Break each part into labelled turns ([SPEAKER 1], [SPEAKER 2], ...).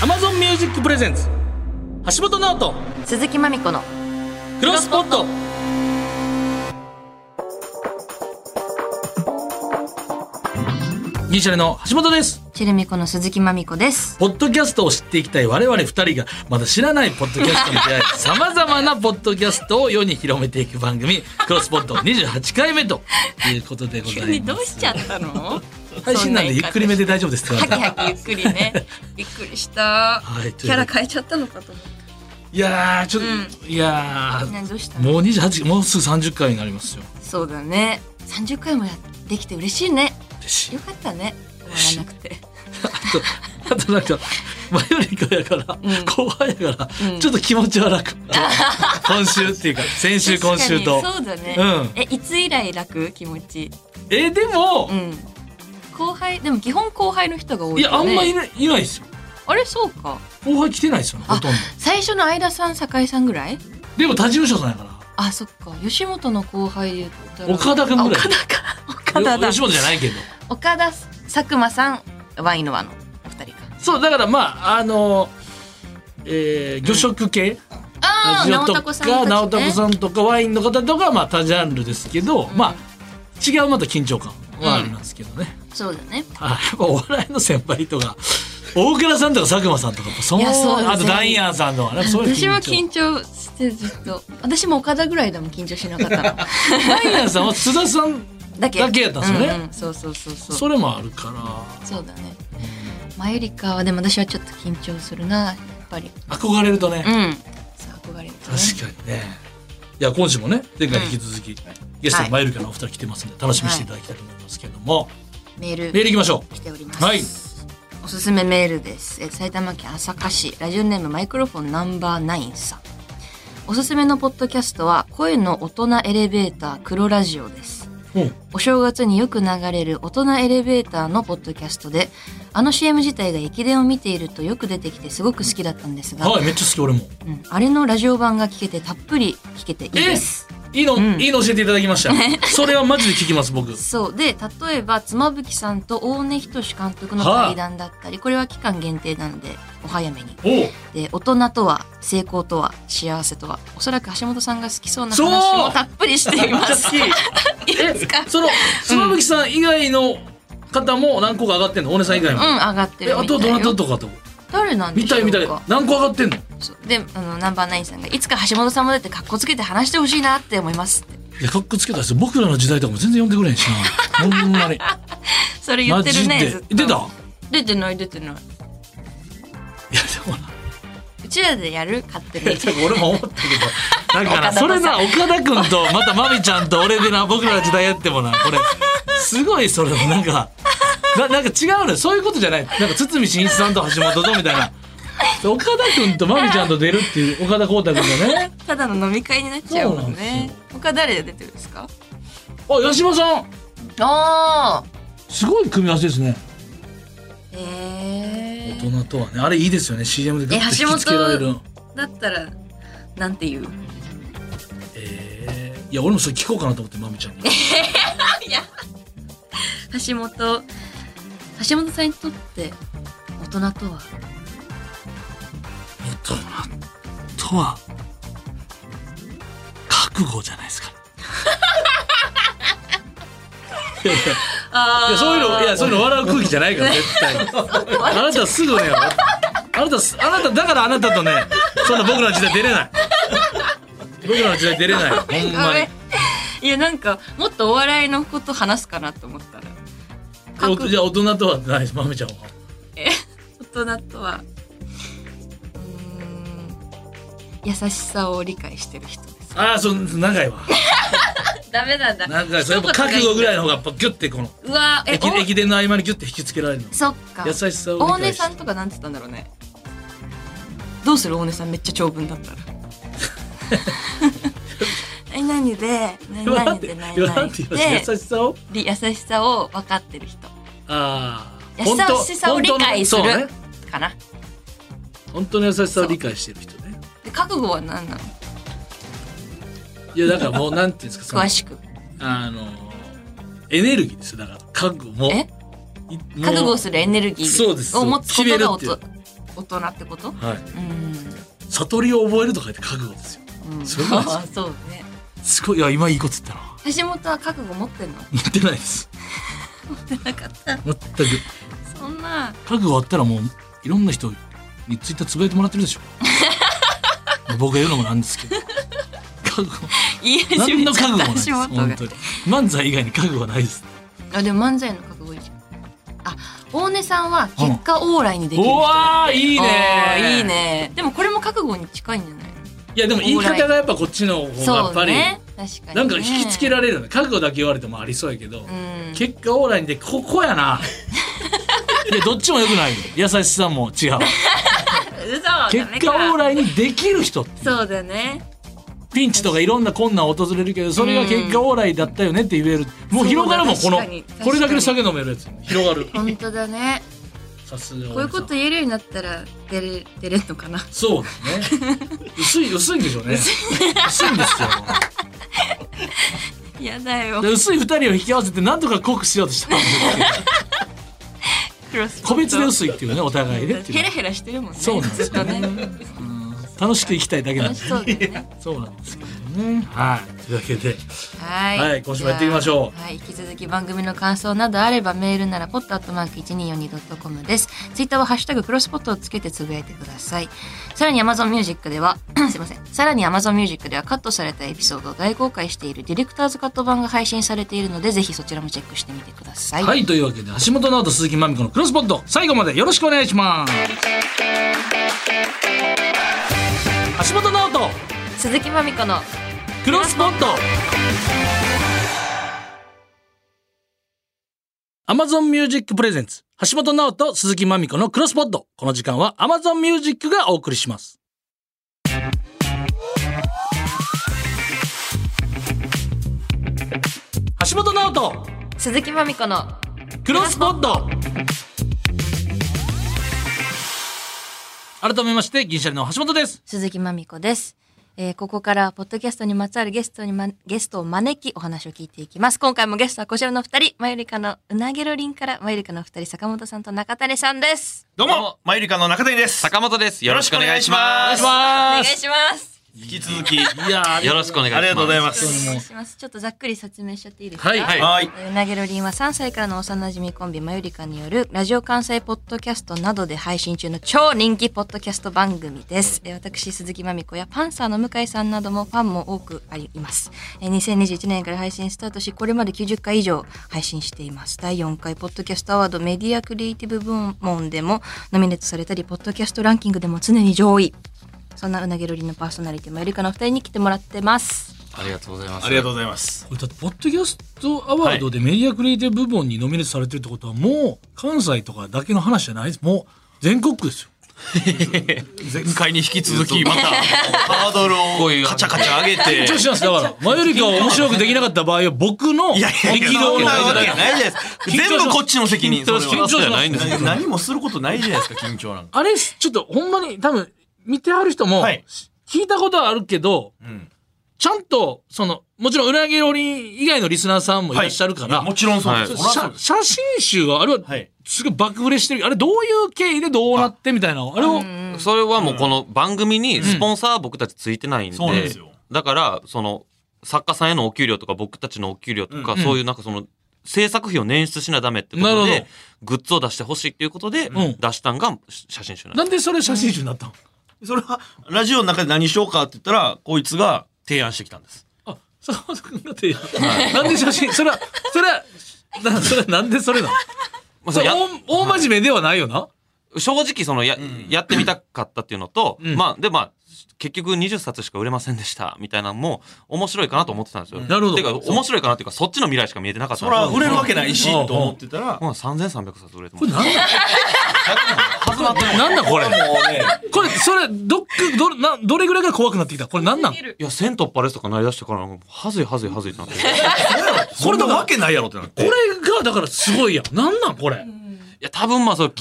[SPEAKER 1] Amazon Music Presents 橋本直人
[SPEAKER 2] 鈴木まみこの
[SPEAKER 1] クロスポットギリシャレの橋本です
[SPEAKER 2] チェルミコの鈴木まみこです
[SPEAKER 1] ポッドキャストを知っていきたい我々二人がまだ知らないポッドキャストに出会 い、様々なポッドキャストを世に広めていく番組、クロスポット28回目ということでござ
[SPEAKER 2] 急
[SPEAKER 1] い
[SPEAKER 2] に
[SPEAKER 1] ま
[SPEAKER 2] どうし
[SPEAKER 1] す。
[SPEAKER 2] ちゃったの
[SPEAKER 1] 配信なんでゆっくりめで大丈夫ですって言わ
[SPEAKER 2] ハ
[SPEAKER 1] れた
[SPEAKER 2] キハキゆっくり ねびっくりした、
[SPEAKER 1] はいと
[SPEAKER 2] キ
[SPEAKER 1] いう
[SPEAKER 2] ャラ変えちゃったのかと思っ
[SPEAKER 1] いやー、ちょっと、いや
[SPEAKER 2] たね
[SPEAKER 1] ー、
[SPEAKER 2] どうしたの
[SPEAKER 1] もう28、もうすぐ30回になりますよ。
[SPEAKER 2] そうだね30回もやできて嬉しいね
[SPEAKER 1] 嬉しい
[SPEAKER 2] よ。かったね終わらなくて
[SPEAKER 1] あと、あとなんか、前よりかやから、
[SPEAKER 2] ん
[SPEAKER 1] 後半やから、
[SPEAKER 2] うん
[SPEAKER 1] ちょっと気持ちは 楽。今週っていうか、先週 今週と。
[SPEAKER 2] 確かにそうだね、
[SPEAKER 1] うん
[SPEAKER 2] えいつ以来楽気持ち
[SPEAKER 1] えー、でも
[SPEAKER 2] う、ん後輩でも基本後輩の人が多
[SPEAKER 1] い
[SPEAKER 2] いよ
[SPEAKER 1] や、あ
[SPEAKER 2] ね
[SPEAKER 1] んまいない、いないですよ。
[SPEAKER 2] あれそうか
[SPEAKER 1] 後輩来てないですよね、ほとんど。
[SPEAKER 2] 最初の相田さん酒井さんぐらい
[SPEAKER 1] でも他事務所さんやか
[SPEAKER 2] あそっか吉本の後輩で言ったら
[SPEAKER 1] 岡田君ぐらい
[SPEAKER 2] あ岡田か岡田
[SPEAKER 1] ら。
[SPEAKER 2] だ
[SPEAKER 1] よ吉本じゃないけど。
[SPEAKER 2] 岡田佐久間さんワイノワのお二人か
[SPEAKER 1] そう、だからまあ、あの、えー、魚食系、
[SPEAKER 2] ああ直
[SPEAKER 1] と
[SPEAKER 2] 太子さんたち
[SPEAKER 1] か、
[SPEAKER 2] ね
[SPEAKER 1] 直太子さんとか、ワインの方とか、まあ、他ジャンルですけど、
[SPEAKER 2] ん
[SPEAKER 1] まあ、違うまた緊張感はありますけどね。
[SPEAKER 2] そうだね
[SPEAKER 1] あやっぱお笑いの先輩とか、大倉さんとか佐久間さんとか、そ
[SPEAKER 2] いやそう
[SPEAKER 1] の、あと
[SPEAKER 2] 全員
[SPEAKER 1] ダイアンさんとかね、そういう
[SPEAKER 2] 私は
[SPEAKER 1] 緊張
[SPEAKER 2] 緊。張してずっと私も岡田ぐらいでも緊張しなかったの
[SPEAKER 1] ダイアンさんは津田さん
[SPEAKER 2] だけ
[SPEAKER 1] だけやったんですよね
[SPEAKER 2] ううそうそうそうそう
[SPEAKER 1] それもあるから、
[SPEAKER 2] そうだねマユリカはでも私はちょっと緊張するなやっぱり
[SPEAKER 1] 憧れるとね、
[SPEAKER 2] うんそう憧れる、ね、
[SPEAKER 1] 確かにねいや今週もね前回に引き続き、ゲストのマユリカのお二人来てますんで楽しみにしていただきたいと思いますけども、
[SPEAKER 2] メール
[SPEAKER 1] メールいきましょ
[SPEAKER 2] 来ておりま
[SPEAKER 1] う
[SPEAKER 2] す、
[SPEAKER 1] はい
[SPEAKER 2] おすすめメールですえ埼玉県朝霞市ラジオネームマイクロフォンナンバーナインさんおすすめのポッドキャストは声の大人エレベーター黒ラジオです
[SPEAKER 1] うん
[SPEAKER 2] お正月によく流れる大人エレベーターのポッドキャストであの CM 自体が駅伝を見ているとよく出てきてすごく好きだったんですが、
[SPEAKER 1] はいめっちゃ好き俺も
[SPEAKER 2] うんあれのラジオ版が聞けてたっぷり聞けていいです
[SPEAKER 1] いいの、
[SPEAKER 2] ん
[SPEAKER 1] いいの教えていただきました それはマジで聞きます僕
[SPEAKER 2] そうで例えば妻夫木さんと大根仁監督の対談だったり、これは期間限定なのでお早めに
[SPEAKER 1] おう
[SPEAKER 2] で大人とは成功とは幸せとはおそらく橋本さんが好きそうな
[SPEAKER 1] そう
[SPEAKER 2] 話もたっぷりしてい
[SPEAKER 1] めっ
[SPEAKER 2] ま
[SPEAKER 1] ちゃ
[SPEAKER 2] す
[SPEAKER 1] 好き
[SPEAKER 2] いいですか
[SPEAKER 1] その妻夫木さん以外の方も何個か上がってんの大根さん以外
[SPEAKER 2] うん
[SPEAKER 1] も、
[SPEAKER 2] 上がって
[SPEAKER 1] え
[SPEAKER 2] る
[SPEAKER 1] あ
[SPEAKER 2] みた
[SPEAKER 1] と
[SPEAKER 2] い
[SPEAKER 1] どなた
[SPEAKER 2] よ
[SPEAKER 1] とかと
[SPEAKER 2] 誰なんで
[SPEAKER 1] 見
[SPEAKER 2] し
[SPEAKER 1] た
[SPEAKER 2] ょう
[SPEAKER 1] い
[SPEAKER 2] か
[SPEAKER 1] 見たい何個上がってんの
[SPEAKER 2] そうであのナンバーナインさんがいつか橋本さんも出て格好つけて話してほしいなって思いますって
[SPEAKER 1] いやかっこつけたです僕らの時代とかも全然呼んでくれへんしな ほんまに
[SPEAKER 2] それ言
[SPEAKER 1] マ
[SPEAKER 2] ってる
[SPEAKER 1] ジ
[SPEAKER 2] ね
[SPEAKER 1] で
[SPEAKER 2] ずっと
[SPEAKER 1] 出たいや
[SPEAKER 2] 出てない出てない
[SPEAKER 1] でもな
[SPEAKER 2] うちらでやる勝手に
[SPEAKER 1] 俺も思ったけどだか
[SPEAKER 2] 岡田
[SPEAKER 1] ら
[SPEAKER 2] さん
[SPEAKER 1] それな岡田君とまたまみちゃんと俺でな僕らの時代やってもなこれすごいそれもなんかななんか違うのよそういうことじゃないなんか堤真一さんと橋本とみたいな岡田君とまみちゃんと出るっていう岡田康太君とね
[SPEAKER 2] ただの飲み会になっちゃうもんね
[SPEAKER 1] そう
[SPEAKER 2] 他誰で出てるんですか
[SPEAKER 1] あ八嶋さん
[SPEAKER 2] ああ
[SPEAKER 1] すごい組み合わせですね
[SPEAKER 2] え
[SPEAKER 1] 大
[SPEAKER 2] ー、
[SPEAKER 1] 人とはねあれいいですよね CM でグッと
[SPEAKER 2] え
[SPEAKER 1] 引きつけられる
[SPEAKER 2] だったらなんて言う
[SPEAKER 1] えーいや俺もそれ聞こうかなと思ってまみちゃんに
[SPEAKER 2] 橋本橋本さんにとって大人とは
[SPEAKER 1] 大人とは覚悟じゃない ですか。いやいや
[SPEAKER 2] あ
[SPEAKER 1] いやそういうのいやそういうの笑う空気じゃないから絶対。あなたすぐね。あなたすあなただからあなたとねそんな僕らの時代出れない。僕らの時代出れない。ほんまに。
[SPEAKER 2] いやなんかもっとお笑いのこと話すかなと思ったら
[SPEAKER 1] おじゃあ大人とはないですまめちゃんは。
[SPEAKER 2] 大人とはうーん優しさを理解してる人です
[SPEAKER 1] ああそう長いわ。
[SPEAKER 2] ダメなんだ
[SPEAKER 1] 長い。それやっぱ覚悟ぐらいの方がやっぱギュってこの
[SPEAKER 2] うわえ
[SPEAKER 1] 駅
[SPEAKER 2] お
[SPEAKER 1] 駅伝の合間にギュって引きつけられるの。
[SPEAKER 2] そっか
[SPEAKER 1] 優しさを
[SPEAKER 2] 大
[SPEAKER 1] 理
[SPEAKER 2] 根
[SPEAKER 1] 解して
[SPEAKER 2] さんとかなんて言ったんだろうねどうする大根さんめっちゃ長文 だったら何々で何
[SPEAKER 1] 今な
[SPEAKER 2] 々
[SPEAKER 1] んて
[SPEAKER 2] で何
[SPEAKER 1] 今な
[SPEAKER 2] 々
[SPEAKER 1] んて
[SPEAKER 2] で
[SPEAKER 1] 言いました優しさを
[SPEAKER 2] り優しさを分かってる人
[SPEAKER 1] ああ
[SPEAKER 2] 優しさを理解する
[SPEAKER 1] 本当のそうね
[SPEAKER 2] かな
[SPEAKER 1] 本当の優しさを理解してる人ね
[SPEAKER 2] で覚悟は何なの
[SPEAKER 1] いやだからもうなんていうんですか
[SPEAKER 2] 詳
[SPEAKER 1] そ
[SPEAKER 2] しく
[SPEAKER 1] のあのエネルギーですよだから覚悟も
[SPEAKER 2] え
[SPEAKER 1] いもう
[SPEAKER 2] 覚悟するエネルギ
[SPEAKER 1] そうです
[SPEAKER 2] ーを持つことが大
[SPEAKER 1] 決めるっ
[SPEAKER 2] 人大人ってことう
[SPEAKER 1] はい。
[SPEAKER 2] ん
[SPEAKER 1] 悟りを覚えるとか言って覚悟ですよ。
[SPEAKER 2] うん
[SPEAKER 1] そうなんですよ
[SPEAKER 2] そうね
[SPEAKER 1] すごい、いや、今いいこと言ったな。
[SPEAKER 2] 橋本は覚悟持ってんの
[SPEAKER 1] 持ってないで す。
[SPEAKER 2] なかった
[SPEAKER 1] 全く。
[SPEAKER 2] そんな
[SPEAKER 1] 覚悟あったらもう、いろんな人にツイッターつぶやいてもらって るでしょ。僕が言うのもなんですけど。覚悟。
[SPEAKER 2] 言い始
[SPEAKER 1] 何
[SPEAKER 2] め
[SPEAKER 1] の
[SPEAKER 2] ち
[SPEAKER 1] 覚悟もな
[SPEAKER 2] ゃった
[SPEAKER 1] いです。
[SPEAKER 2] 橋本
[SPEAKER 1] 本
[SPEAKER 2] が
[SPEAKER 1] 当に。漫才以外に覚悟はないです。
[SPEAKER 2] あでも漫才の覚悟いいじゃんあ大根さんは結果往来にできる
[SPEAKER 1] う
[SPEAKER 2] 人
[SPEAKER 1] わー、いい
[SPEAKER 2] い
[SPEAKER 1] ね。
[SPEAKER 2] いい。ねでもこれも覚悟に近いんじゃないの
[SPEAKER 1] いや、でも言い方がやっぱこっちの方がや
[SPEAKER 2] そ
[SPEAKER 1] っ
[SPEAKER 2] う
[SPEAKER 1] ぱり、
[SPEAKER 2] ね確かにね
[SPEAKER 1] なんか引きつけられるよね。覚悟だけ言われてもありそうやけど。
[SPEAKER 2] うん
[SPEAKER 1] 結果オーライでここや ないやどっちもよくないよ優しさも違 う
[SPEAKER 2] 嘘だ
[SPEAKER 1] 結果オーライにできる人
[SPEAKER 2] そうだね
[SPEAKER 1] ピンチとかいろんな困難訪れるけどそれが結果オーライだったよねって言えるもう広がるもんこ
[SPEAKER 2] そう
[SPEAKER 1] の
[SPEAKER 2] だね確かに
[SPEAKER 1] これだけで酒飲めるやつ広がる
[SPEAKER 2] 本当だね
[SPEAKER 1] さすが
[SPEAKER 2] こういうこと言えるようになったら出れ出れるのかな
[SPEAKER 1] そうですね薄い薄いんでしょうね薄いんですよ
[SPEAKER 2] やだよ
[SPEAKER 1] で薄い二人を引き合わせて何とか濃くしようとしたんですけど
[SPEAKER 2] クロス
[SPEAKER 1] 個別で薄いっていうねお互いでっていう
[SPEAKER 2] ヘラヘラしてるもんね
[SPEAKER 1] そうなんですよね
[SPEAKER 2] ずっとね
[SPEAKER 1] うん楽しく生きたいだけなん
[SPEAKER 2] 楽
[SPEAKER 1] で
[SPEAKER 2] しそうだよね
[SPEAKER 1] そうなんですけどねはいというわけで
[SPEAKER 2] はい
[SPEAKER 1] はい今週もやっていきましょう
[SPEAKER 2] じゃあはい、引き続き番組の感想などあればメールならポットアットマーク 1242.com です。ツイッターはハッシュタグクロスポットをつけてつぶやいてください。さらに Amazon Music では、すいません。さらに Amazon Music ではカットされたエピソードを大公開しているディレクターズカット版が配信されているので、ぜひそちらもチェックしてみてください。
[SPEAKER 1] はい、というわけで橋本直人鈴木まみこのクロスポット最後までよろしくお願いします橋本直人
[SPEAKER 2] 鈴木まみこの
[SPEAKER 1] クロスポット Amazon Music Presents 橋本直人鈴木まみこのクロスポットこの時間は Amazon Music がお送りします橋本直人
[SPEAKER 2] 鈴木まみこの
[SPEAKER 1] クロスポット改めまして銀シャリの橋本です
[SPEAKER 2] 鈴木まみこです。えーここからはポッドキャストにまつわるゲストに、ま、ゲストを招きお話を聞いていきます。今回もゲストはこちらの二人、マユリカのうなげろりんからマユリカの二人、坂本さんと中谷さんです。
[SPEAKER 3] どうも、マユリカの中谷です。
[SPEAKER 4] 坂本です。よろしくお願いしま
[SPEAKER 1] お
[SPEAKER 4] す。
[SPEAKER 2] お願
[SPEAKER 1] 願
[SPEAKER 2] い
[SPEAKER 1] いし
[SPEAKER 2] します。
[SPEAKER 3] 引き続き、あ
[SPEAKER 1] ますいやー
[SPEAKER 4] よろしくお願いします。
[SPEAKER 3] りがとうございま
[SPEAKER 2] お
[SPEAKER 3] す。
[SPEAKER 2] 願いします。ちょっとざっくり説明しちゃっていいですか
[SPEAKER 1] はいはい
[SPEAKER 3] はいう
[SPEAKER 2] なげろりんは3歳からの幼馴染コンビマユリカによるラジオ関西ポッドキャストなどで配信中の超人気ポッドキャスト番組です。えー私、鈴木まみこやパンサーの向井さんなどもファンも多くあります。えー2021年から配信スタートし、これまで90回以上配信しています。第4回ポッドキャストアワードメディアクリエイティブ部門でもノミネートされたり、ポッドキャストランキングでも常に上位。そんなうなげろりんのパーソナリティマユリカの2人に来てもらってます。
[SPEAKER 4] ありがとうございます。
[SPEAKER 3] ありがとうございます。
[SPEAKER 1] これだってポッドキャストアワードでメディアクリエイティブ部門にノミネートされてるってことはもう関西とかだけの話じゃないですもう全国区ですよ
[SPEAKER 3] 前回に引き続き、また、ハードル
[SPEAKER 4] こうい
[SPEAKER 3] を
[SPEAKER 4] う
[SPEAKER 3] カチャカチャ上げて。
[SPEAKER 1] 緊張してますだからマユリカを面白くできなかった場合は僕の
[SPEAKER 3] いやいやいや、
[SPEAKER 1] 力
[SPEAKER 3] そ
[SPEAKER 1] 量
[SPEAKER 3] ん
[SPEAKER 1] の
[SPEAKER 3] なわけ
[SPEAKER 1] 問題
[SPEAKER 3] ないじゃないですか。全部こっちの責任。それ
[SPEAKER 1] 緊張
[SPEAKER 3] は
[SPEAKER 1] します
[SPEAKER 4] ないんですよ
[SPEAKER 3] 何何もすることないじゃないですか、緊張なんか。
[SPEAKER 1] あれちょっとほんまに多分見てはる人も
[SPEAKER 3] はい
[SPEAKER 1] 聞いたことはあるけど
[SPEAKER 3] うん
[SPEAKER 1] ちゃんとそのもちろんうなぎロリ以外のリスナーさんもいらっしゃるから、
[SPEAKER 3] はいもちろんそうです。
[SPEAKER 4] はい
[SPEAKER 3] そらそう
[SPEAKER 1] 写
[SPEAKER 3] です
[SPEAKER 1] 写真集はあれは
[SPEAKER 3] はい
[SPEAKER 1] すごい爆売れしてるあれどういう経緯でどうなってみたいなあれを
[SPEAKER 2] うん
[SPEAKER 4] それはもうこの番組にスポンサー僕たちついてないんで、
[SPEAKER 3] そうなんですよ
[SPEAKER 4] だからその作家さんへのお給料とか僕たちのお給料とか、
[SPEAKER 1] うん
[SPEAKER 4] そういうなんかその制作費を捻出しなダメってこと
[SPEAKER 1] なるほ
[SPEAKER 4] でグッズを出してほしいっていうことで、
[SPEAKER 1] うん
[SPEAKER 4] 出したんが写真集なんで
[SPEAKER 1] なんでそれ写真集になったの
[SPEAKER 3] それは、ラジオの中で何しようかって言ったら、こいつが提案してきたんです。
[SPEAKER 1] あ坂本君が提案なんで写真それはそれはなそれはなんでそれなの
[SPEAKER 4] す。
[SPEAKER 1] そ
[SPEAKER 4] まあ
[SPEAKER 1] れ
[SPEAKER 4] や
[SPEAKER 1] 大大真面目ではないよな、
[SPEAKER 4] 正直そのや,、やってみたかったっていうのと、
[SPEAKER 1] うん
[SPEAKER 4] まあでまあ結局20冊しか売れませんでしたみたいなのも面白いかなと思ってたんですよ。
[SPEAKER 1] なるほど
[SPEAKER 4] てか面白いかなっていうかそっちの未来しか見えてなかったん
[SPEAKER 3] そ
[SPEAKER 4] ですよ
[SPEAKER 3] ら、売れるわけないし、
[SPEAKER 1] うん
[SPEAKER 3] と思ってたら、
[SPEAKER 4] まあ3300冊売れて
[SPEAKER 1] こ
[SPEAKER 4] ま
[SPEAKER 1] れ
[SPEAKER 4] す。
[SPEAKER 1] なんだ
[SPEAKER 3] 始まっても
[SPEAKER 1] なんだこれ
[SPEAKER 3] うね、
[SPEAKER 1] これそれどっくどなどれぐらいから怖くなってきたこれなんなん
[SPEAKER 4] いや、1000突破ですとかなりだしてから、はずいはずいはずいってなって。い
[SPEAKER 3] これなわけないやろってなっ
[SPEAKER 1] こ
[SPEAKER 3] て
[SPEAKER 1] れ。がだからすごいやんなんなんこれ
[SPEAKER 4] や、多分まあ、そう、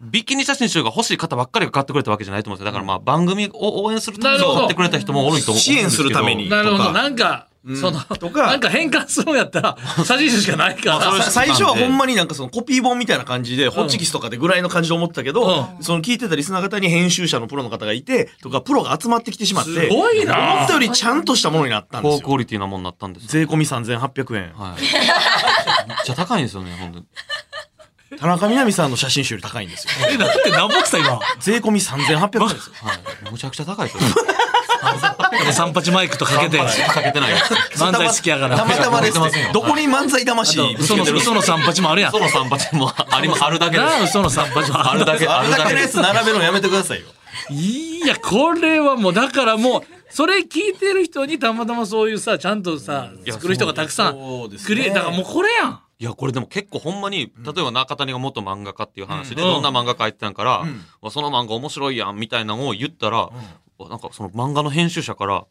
[SPEAKER 4] ビキニ写真集が欲しい方ばっかりが買ってくれたわけじゃないと思うんですよ。だからまあ、番組を応援するために
[SPEAKER 1] なるほど
[SPEAKER 4] 買ってくれた人も多いと思うんですけど。
[SPEAKER 3] 支援するために
[SPEAKER 1] なるほどなんか
[SPEAKER 3] うん
[SPEAKER 1] その
[SPEAKER 3] とか
[SPEAKER 1] なんか変換するんやったら差し印しかないか
[SPEAKER 3] さ
[SPEAKER 1] ら
[SPEAKER 3] 最初はほんまになんかそのコピー本みたいな感じで、ホッチキスとかでぐらいの感じで思ってたけど、
[SPEAKER 1] う
[SPEAKER 3] その聞いてたリスナー方に編集者のプロの方がいて、とかプロが集まってきてしまって、
[SPEAKER 1] すごいな
[SPEAKER 3] 思ったよりちゃんとしたものになったんで
[SPEAKER 4] 高
[SPEAKER 3] す
[SPEAKER 4] クオ
[SPEAKER 3] よ。
[SPEAKER 4] リティなもんなったんです
[SPEAKER 3] 税込み3800円。
[SPEAKER 4] はい。めっちゃ高いんですよね、本当に。
[SPEAKER 3] 田中みな実さんの写真集より高いんですよ。
[SPEAKER 1] えなんて何ぼくさ今
[SPEAKER 3] 税込み3800円ですよ。
[SPEAKER 4] はい。むちゃくちゃ高いですよ。
[SPEAKER 1] 三八マイクとかけて
[SPEAKER 4] かけてないで す。
[SPEAKER 1] 漫才好きやから
[SPEAKER 3] たまたまです
[SPEAKER 4] 出てませ ん
[SPEAKER 3] ね
[SPEAKER 4] よ。
[SPEAKER 3] どこに漫才
[SPEAKER 1] あと
[SPEAKER 3] 魂ぶ つ
[SPEAKER 1] 嘘
[SPEAKER 3] け
[SPEAKER 1] の
[SPEAKER 3] てる
[SPEAKER 1] 嘘の三八もあるやん
[SPEAKER 4] その三八もあります。あるだけで
[SPEAKER 1] なあ
[SPEAKER 4] す。
[SPEAKER 1] 嘘の三八も
[SPEAKER 4] あるだけ、あ
[SPEAKER 3] あ
[SPEAKER 4] る
[SPEAKER 3] れだ
[SPEAKER 4] だ
[SPEAKER 3] け
[SPEAKER 4] け
[SPEAKER 3] の
[SPEAKER 4] で
[SPEAKER 3] や
[SPEAKER 4] す。
[SPEAKER 3] つ並べるのやめてくださいよ。
[SPEAKER 1] いやこれはもうだからもうそれ聞いてる人にたまたまそういうさちゃんとさ
[SPEAKER 4] や
[SPEAKER 1] 作る人がたくさん
[SPEAKER 3] そうですね
[SPEAKER 1] クリエだからもうこれやん
[SPEAKER 4] いや、これでも結構ほんまに、例えば中谷が元漫画家っていう話で、
[SPEAKER 1] うん
[SPEAKER 4] どんな漫画描いてたんから
[SPEAKER 3] ん、
[SPEAKER 4] わその漫画面白いやんみたいなのを言ったら、わなんかその漫画の編集者から、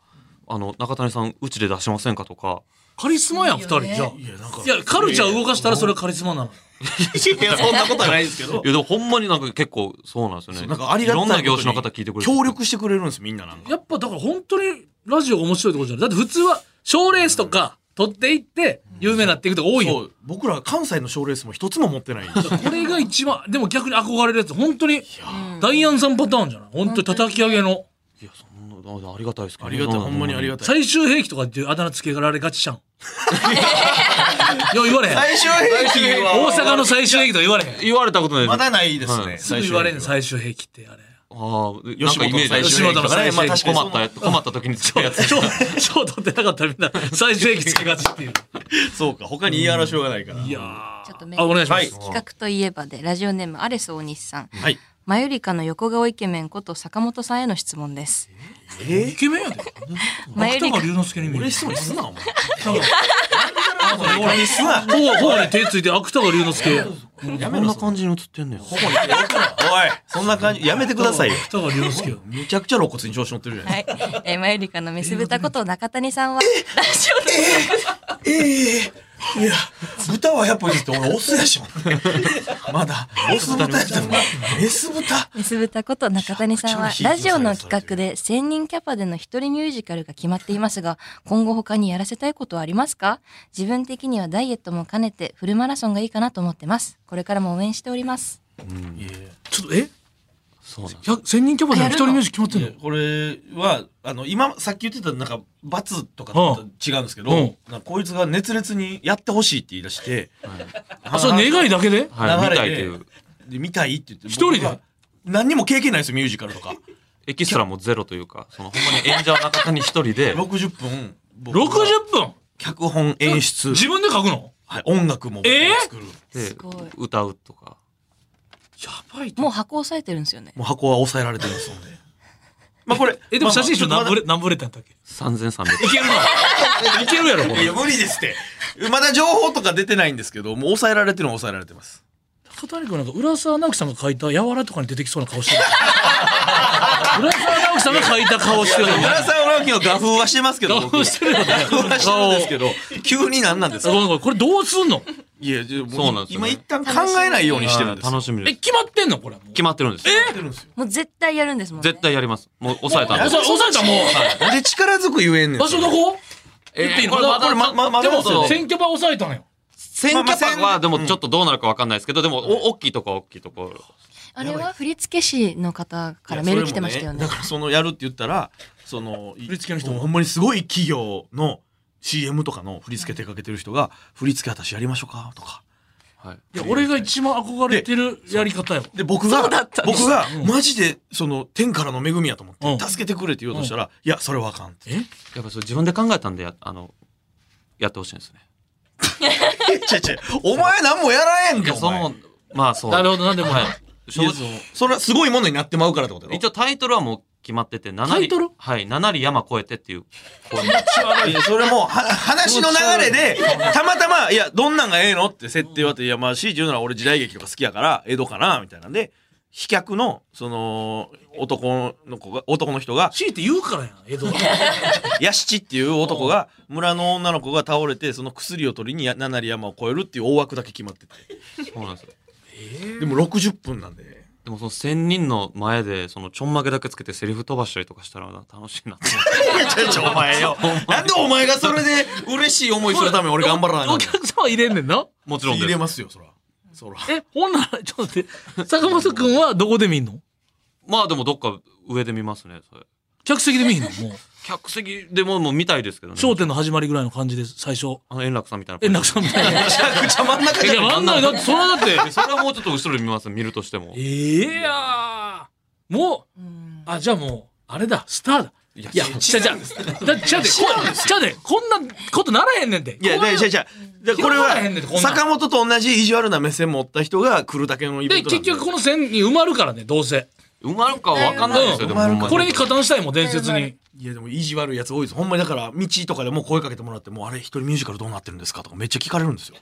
[SPEAKER 4] あの、中谷さん、うちで出しませんかとか、
[SPEAKER 1] カリスマやん二
[SPEAKER 2] いい
[SPEAKER 1] 人
[SPEAKER 2] よ
[SPEAKER 1] じ
[SPEAKER 2] ね
[SPEAKER 1] ゃあ
[SPEAKER 3] いや、なんか
[SPEAKER 1] いやカルチャー動かしたらそれはカリスマなの
[SPEAKER 3] いや、そんなことはないですけど
[SPEAKER 4] い。や、でもほんまになんか結構そうなんですよ ね。
[SPEAKER 3] なんかありがたい
[SPEAKER 4] いろ
[SPEAKER 3] こ
[SPEAKER 4] ん
[SPEAKER 3] とに
[SPEAKER 4] な業種の方聞いてくれて。
[SPEAKER 3] 協力してくれるんです、みんななんか。
[SPEAKER 1] やっぱだから本当にラジオが面白いところじゃないだって普通は賞ーレースとか取っていって有名になっていくとか多い
[SPEAKER 3] そ
[SPEAKER 1] よ
[SPEAKER 3] う僕ら関西の賞ーレースも一つも持ってないんですよ
[SPEAKER 1] これが一番でも逆に憧れるやつ本当にダイアンさんパターンじゃない本当に叩き上げの
[SPEAKER 4] いや、そんな、ありがたいですけ ど
[SPEAKER 3] あ
[SPEAKER 4] ね
[SPEAKER 3] りがたい、ほんまにありがたい。
[SPEAKER 1] 最終兵器とかっていうあだ名つけられがち じゃんよう言われへん
[SPEAKER 3] 最終兵器
[SPEAKER 1] 大
[SPEAKER 3] は
[SPEAKER 1] 阪の最終兵器とか言われへん
[SPEAKER 4] 言われたことないです。
[SPEAKER 3] まだないです
[SPEAKER 4] は
[SPEAKER 3] ね。
[SPEAKER 4] い
[SPEAKER 1] すぐ言われんの最終兵器って あれ
[SPEAKER 4] ああ、なん
[SPEAKER 3] 吉
[SPEAKER 4] か
[SPEAKER 3] 本
[SPEAKER 4] イメ
[SPEAKER 3] の
[SPEAKER 4] ージあ
[SPEAKER 3] 最
[SPEAKER 4] る
[SPEAKER 1] 吉本の最終兵器
[SPEAKER 3] まあ確かに
[SPEAKER 4] 困ったやつ、困った時につけるやつ。
[SPEAKER 1] 賞取ってなかったらみんな最終兵器つけがちっていう
[SPEAKER 3] そうか、他に言い表しようがないから。
[SPEAKER 1] いやー
[SPEAKER 2] ちょっとメー
[SPEAKER 1] あ
[SPEAKER 2] ル
[SPEAKER 1] お願いしま
[SPEAKER 3] はい
[SPEAKER 1] す
[SPEAKER 2] 企画といえばでラジオネームアレス大西さん
[SPEAKER 3] はい。
[SPEAKER 2] マユリカの横顔イケメンこと坂本さんへの質問です
[SPEAKER 1] イケ メンやで
[SPEAKER 2] マユ
[SPEAKER 1] 芥
[SPEAKER 2] リ
[SPEAKER 1] 川
[SPEAKER 2] カ
[SPEAKER 1] 龍之介に見える
[SPEAKER 3] 俺質問すな、お前。
[SPEAKER 1] ほら
[SPEAKER 3] 俺にすな。
[SPEAKER 1] ほぼほぼに手ついて芥川龍之介
[SPEAKER 3] や
[SPEAKER 4] こ
[SPEAKER 3] めろ、
[SPEAKER 4] んな
[SPEAKER 3] そんな
[SPEAKER 4] 感じに映ってんねん。
[SPEAKER 3] ほぼにやめろおい、そんな感じ、やめてくださいよ。
[SPEAKER 1] 芥川龍之介よ
[SPEAKER 3] めちゃくちゃ露骨に調子乗ってるじゃない
[SPEAKER 2] はい、えー、マユリカのメス豚こと中谷さんはラジオで
[SPEAKER 3] いや、豚はやっぱって俺オスやしもんね。まだ、オス豚やったのメス豚。
[SPEAKER 2] メス豚こと中谷さんはラジオの企画で1000人キャパでの一人ミュージカルが決まっていますが今後他にやらせたいことはありますか自分的にはダイエットも兼ねてフルマラソンがいいかなと思ってますこれからも応援しております
[SPEAKER 1] ちょっとえ
[SPEAKER 4] そうなんです。
[SPEAKER 1] 100 1000人キャパで一人ミュージック決まってんの
[SPEAKER 3] これは、あの、今、さっき言ってた、なんか、罰とか
[SPEAKER 1] はあ
[SPEAKER 3] と違うんですけど、
[SPEAKER 1] うん
[SPEAKER 3] なんかこいつが熱烈にやってほしいって言い出して、
[SPEAKER 1] あそれ願いだけで
[SPEAKER 4] はい、見
[SPEAKER 3] 流
[SPEAKER 4] たい
[SPEAKER 3] れ
[SPEAKER 4] と
[SPEAKER 3] で
[SPEAKER 4] いう。
[SPEAKER 3] で見たいって言って。一
[SPEAKER 1] 人で
[SPEAKER 3] 何にも経験ないですよ、ミュージカルとか。
[SPEAKER 4] エキストラもゼロというか、そのほんまに演者は中に一人 で、
[SPEAKER 3] 60分、僕が
[SPEAKER 1] 60分
[SPEAKER 3] 脚本、演出、
[SPEAKER 1] 自分で書くの
[SPEAKER 3] はい、音楽も僕
[SPEAKER 1] えー
[SPEAKER 3] が作る。
[SPEAKER 4] です
[SPEAKER 2] ごい
[SPEAKER 4] 歌うとか。
[SPEAKER 1] やばいって
[SPEAKER 2] もう箱押さえてるんですよね
[SPEAKER 3] もう箱は抑えられてますので。まあこれ、
[SPEAKER 1] えでも写真集
[SPEAKER 3] まあ
[SPEAKER 1] 何
[SPEAKER 3] まあ
[SPEAKER 1] ブレ何ブレたんだっけ
[SPEAKER 4] 3300。
[SPEAKER 1] いけるないけるやろこ
[SPEAKER 3] い
[SPEAKER 1] れ
[SPEAKER 3] や、無理ですって。まだ情報とか出てないんですけど、もう抑えられてるのは抑えられてます。
[SPEAKER 1] 高谷君なんか浦沢直樹さんが書いた「やわら」とかに出てきそうな顔してる 浦沢直樹さんが書いた顔してるよね
[SPEAKER 3] 村沢直樹の画風はしてますけど、
[SPEAKER 1] 顔してるよね
[SPEAKER 3] 僕画風はしてるんですけど、急に何なん です
[SPEAKER 1] ごめ
[SPEAKER 3] か
[SPEAKER 1] んごめんこれどうす んの
[SPEAKER 3] いや、じゃあも
[SPEAKER 4] そうなんですよ
[SPEAKER 3] 今
[SPEAKER 4] ね
[SPEAKER 3] 一旦考えないようにしてるんですよ。
[SPEAKER 4] 楽しみ
[SPEAKER 1] え
[SPEAKER 4] です。
[SPEAKER 1] 決まってんのこれもう
[SPEAKER 4] 決まってるんです。
[SPEAKER 3] やってるんですよ
[SPEAKER 2] もう絶対やるんですもんね
[SPEAKER 4] 絶対やります。もう抑えたん
[SPEAKER 1] あ
[SPEAKER 4] で
[SPEAKER 1] そ。れ押さえたもう
[SPEAKER 3] なんで力づく言えんねん。
[SPEAKER 1] 場所どこ言っていいの
[SPEAKER 4] これまだ
[SPEAKER 3] これままま
[SPEAKER 1] で
[SPEAKER 3] だ
[SPEAKER 1] も
[SPEAKER 3] ですよね
[SPEAKER 1] 選挙場押さえたんよ
[SPEAKER 4] 千
[SPEAKER 3] まあ
[SPEAKER 4] キ
[SPEAKER 3] まあ
[SPEAKER 4] ャパはで
[SPEAKER 3] う
[SPEAKER 4] も
[SPEAKER 3] ん
[SPEAKER 4] ちょっとどうなるかわかんないですけど、でも、お、大きいとこは大きいとこ。
[SPEAKER 2] あれは振付師の方からメール来てましたよ
[SPEAKER 3] いやそれも
[SPEAKER 2] ね
[SPEAKER 3] だからそのやるって言ったら、その、
[SPEAKER 1] 振り付けの人も
[SPEAKER 3] ほんまにすごい企業の CM とかの振り付け手掛けてる人が、振り付け私やりましょうかとか。
[SPEAKER 4] はい。
[SPEAKER 1] いや俺が一番憧れてるやり方よ
[SPEAKER 3] で、僕が、僕が
[SPEAKER 1] うん、
[SPEAKER 3] マジで、その、天からの恵みやと思
[SPEAKER 1] う
[SPEAKER 3] っ
[SPEAKER 1] ん
[SPEAKER 3] て、助けてくれって言おうとしたら、いや、それはあかんって。
[SPEAKER 1] え
[SPEAKER 4] やっぱそれ自分で考えたんで、やあの、やってほしいですね。
[SPEAKER 3] ちゃちゃ、お前何もやらへん
[SPEAKER 4] い
[SPEAKER 3] け
[SPEAKER 4] や、
[SPEAKER 3] お
[SPEAKER 4] そ
[SPEAKER 3] 前
[SPEAKER 4] の、まあそう。
[SPEAKER 1] なるほどなんでも
[SPEAKER 4] はい
[SPEAKER 1] い。
[SPEAKER 4] 正直
[SPEAKER 3] それはすごいものになってまうからってことだろ
[SPEAKER 4] 一応タイトルはもう決まってて、7里
[SPEAKER 1] タイトル
[SPEAKER 4] はい、7里山越えてっていう。
[SPEAKER 3] いやそれもは話の流れでたまたま「いやどんなんがええの?」って設定言われて「いやまあ C 言うなら俺時代劇とか好きやから江戸かな」みたいなんで飛脚のその男の子が男の人が
[SPEAKER 1] 強いて言うからやん江戸は
[SPEAKER 3] ヤシチっていう男が村の女の子が倒れてその薬を取りにや七里山を越えるっていう大枠だけ決まってて
[SPEAKER 4] そうなんですよ。
[SPEAKER 3] でも60分なんで
[SPEAKER 4] でもその千人の前でそのちょんまげだけつけてセリフ飛ばしたりとかしたらな楽しいなって思って
[SPEAKER 3] いやちょちょお前よ なんでお前がそれで嬉しい思いするために俺頑張らないの
[SPEAKER 1] お客様入れんねんな
[SPEAKER 4] もちろん
[SPEAKER 3] 入
[SPEAKER 4] で
[SPEAKER 3] れ
[SPEAKER 4] す
[SPEAKER 3] ますよそらそら
[SPEAKER 1] えほんならちょっと待って坂本くんはどこで見んの
[SPEAKER 4] まあでもどっか上で見ますねそれ
[SPEAKER 1] 客席で見んのもう
[SPEAKER 4] 客席でももう見たいですけど
[SPEAKER 1] 『
[SPEAKER 4] ね
[SPEAKER 1] 笑点』の始まりぐらいの感じです最初
[SPEAKER 4] あの円楽さんみたいな
[SPEAKER 1] 円楽さんみたいな
[SPEAKER 3] めちゃく ちゃ真ん中
[SPEAKER 1] い
[SPEAKER 3] じゃ
[SPEAKER 1] や
[SPEAKER 3] ない
[SPEAKER 1] あんなにだってそれはだって
[SPEAKER 4] それはもうちょっと後ろで見ます見るとしても
[SPEAKER 1] ええやーもう
[SPEAKER 2] うん
[SPEAKER 1] あじゃあもうあれだスターだいやじゃじゃだってじゃでじゃでこんなことならへんねんで
[SPEAKER 3] いや、
[SPEAKER 1] こう
[SPEAKER 3] だじゃじゃじゃこれ
[SPEAKER 1] 広が
[SPEAKER 3] は
[SPEAKER 1] らへんねんてこんなん
[SPEAKER 3] 坂本と同じ意地悪な目線持った人が来るだけのイベ
[SPEAKER 1] で
[SPEAKER 3] ントな
[SPEAKER 1] 結
[SPEAKER 3] んで
[SPEAKER 1] 局この線に埋まるからねどうせ
[SPEAKER 4] 埋まるかわかんないですよ、
[SPEAKER 1] うん
[SPEAKER 4] でもほんま
[SPEAKER 1] これに加担したいもん伝説に
[SPEAKER 3] いやでも意地悪いやつ多いですほんまにだから道とかでもう声かけてもらってもうあれ一人ミュージカルどうなってるんですかとかめっちゃ聞かれる んですよ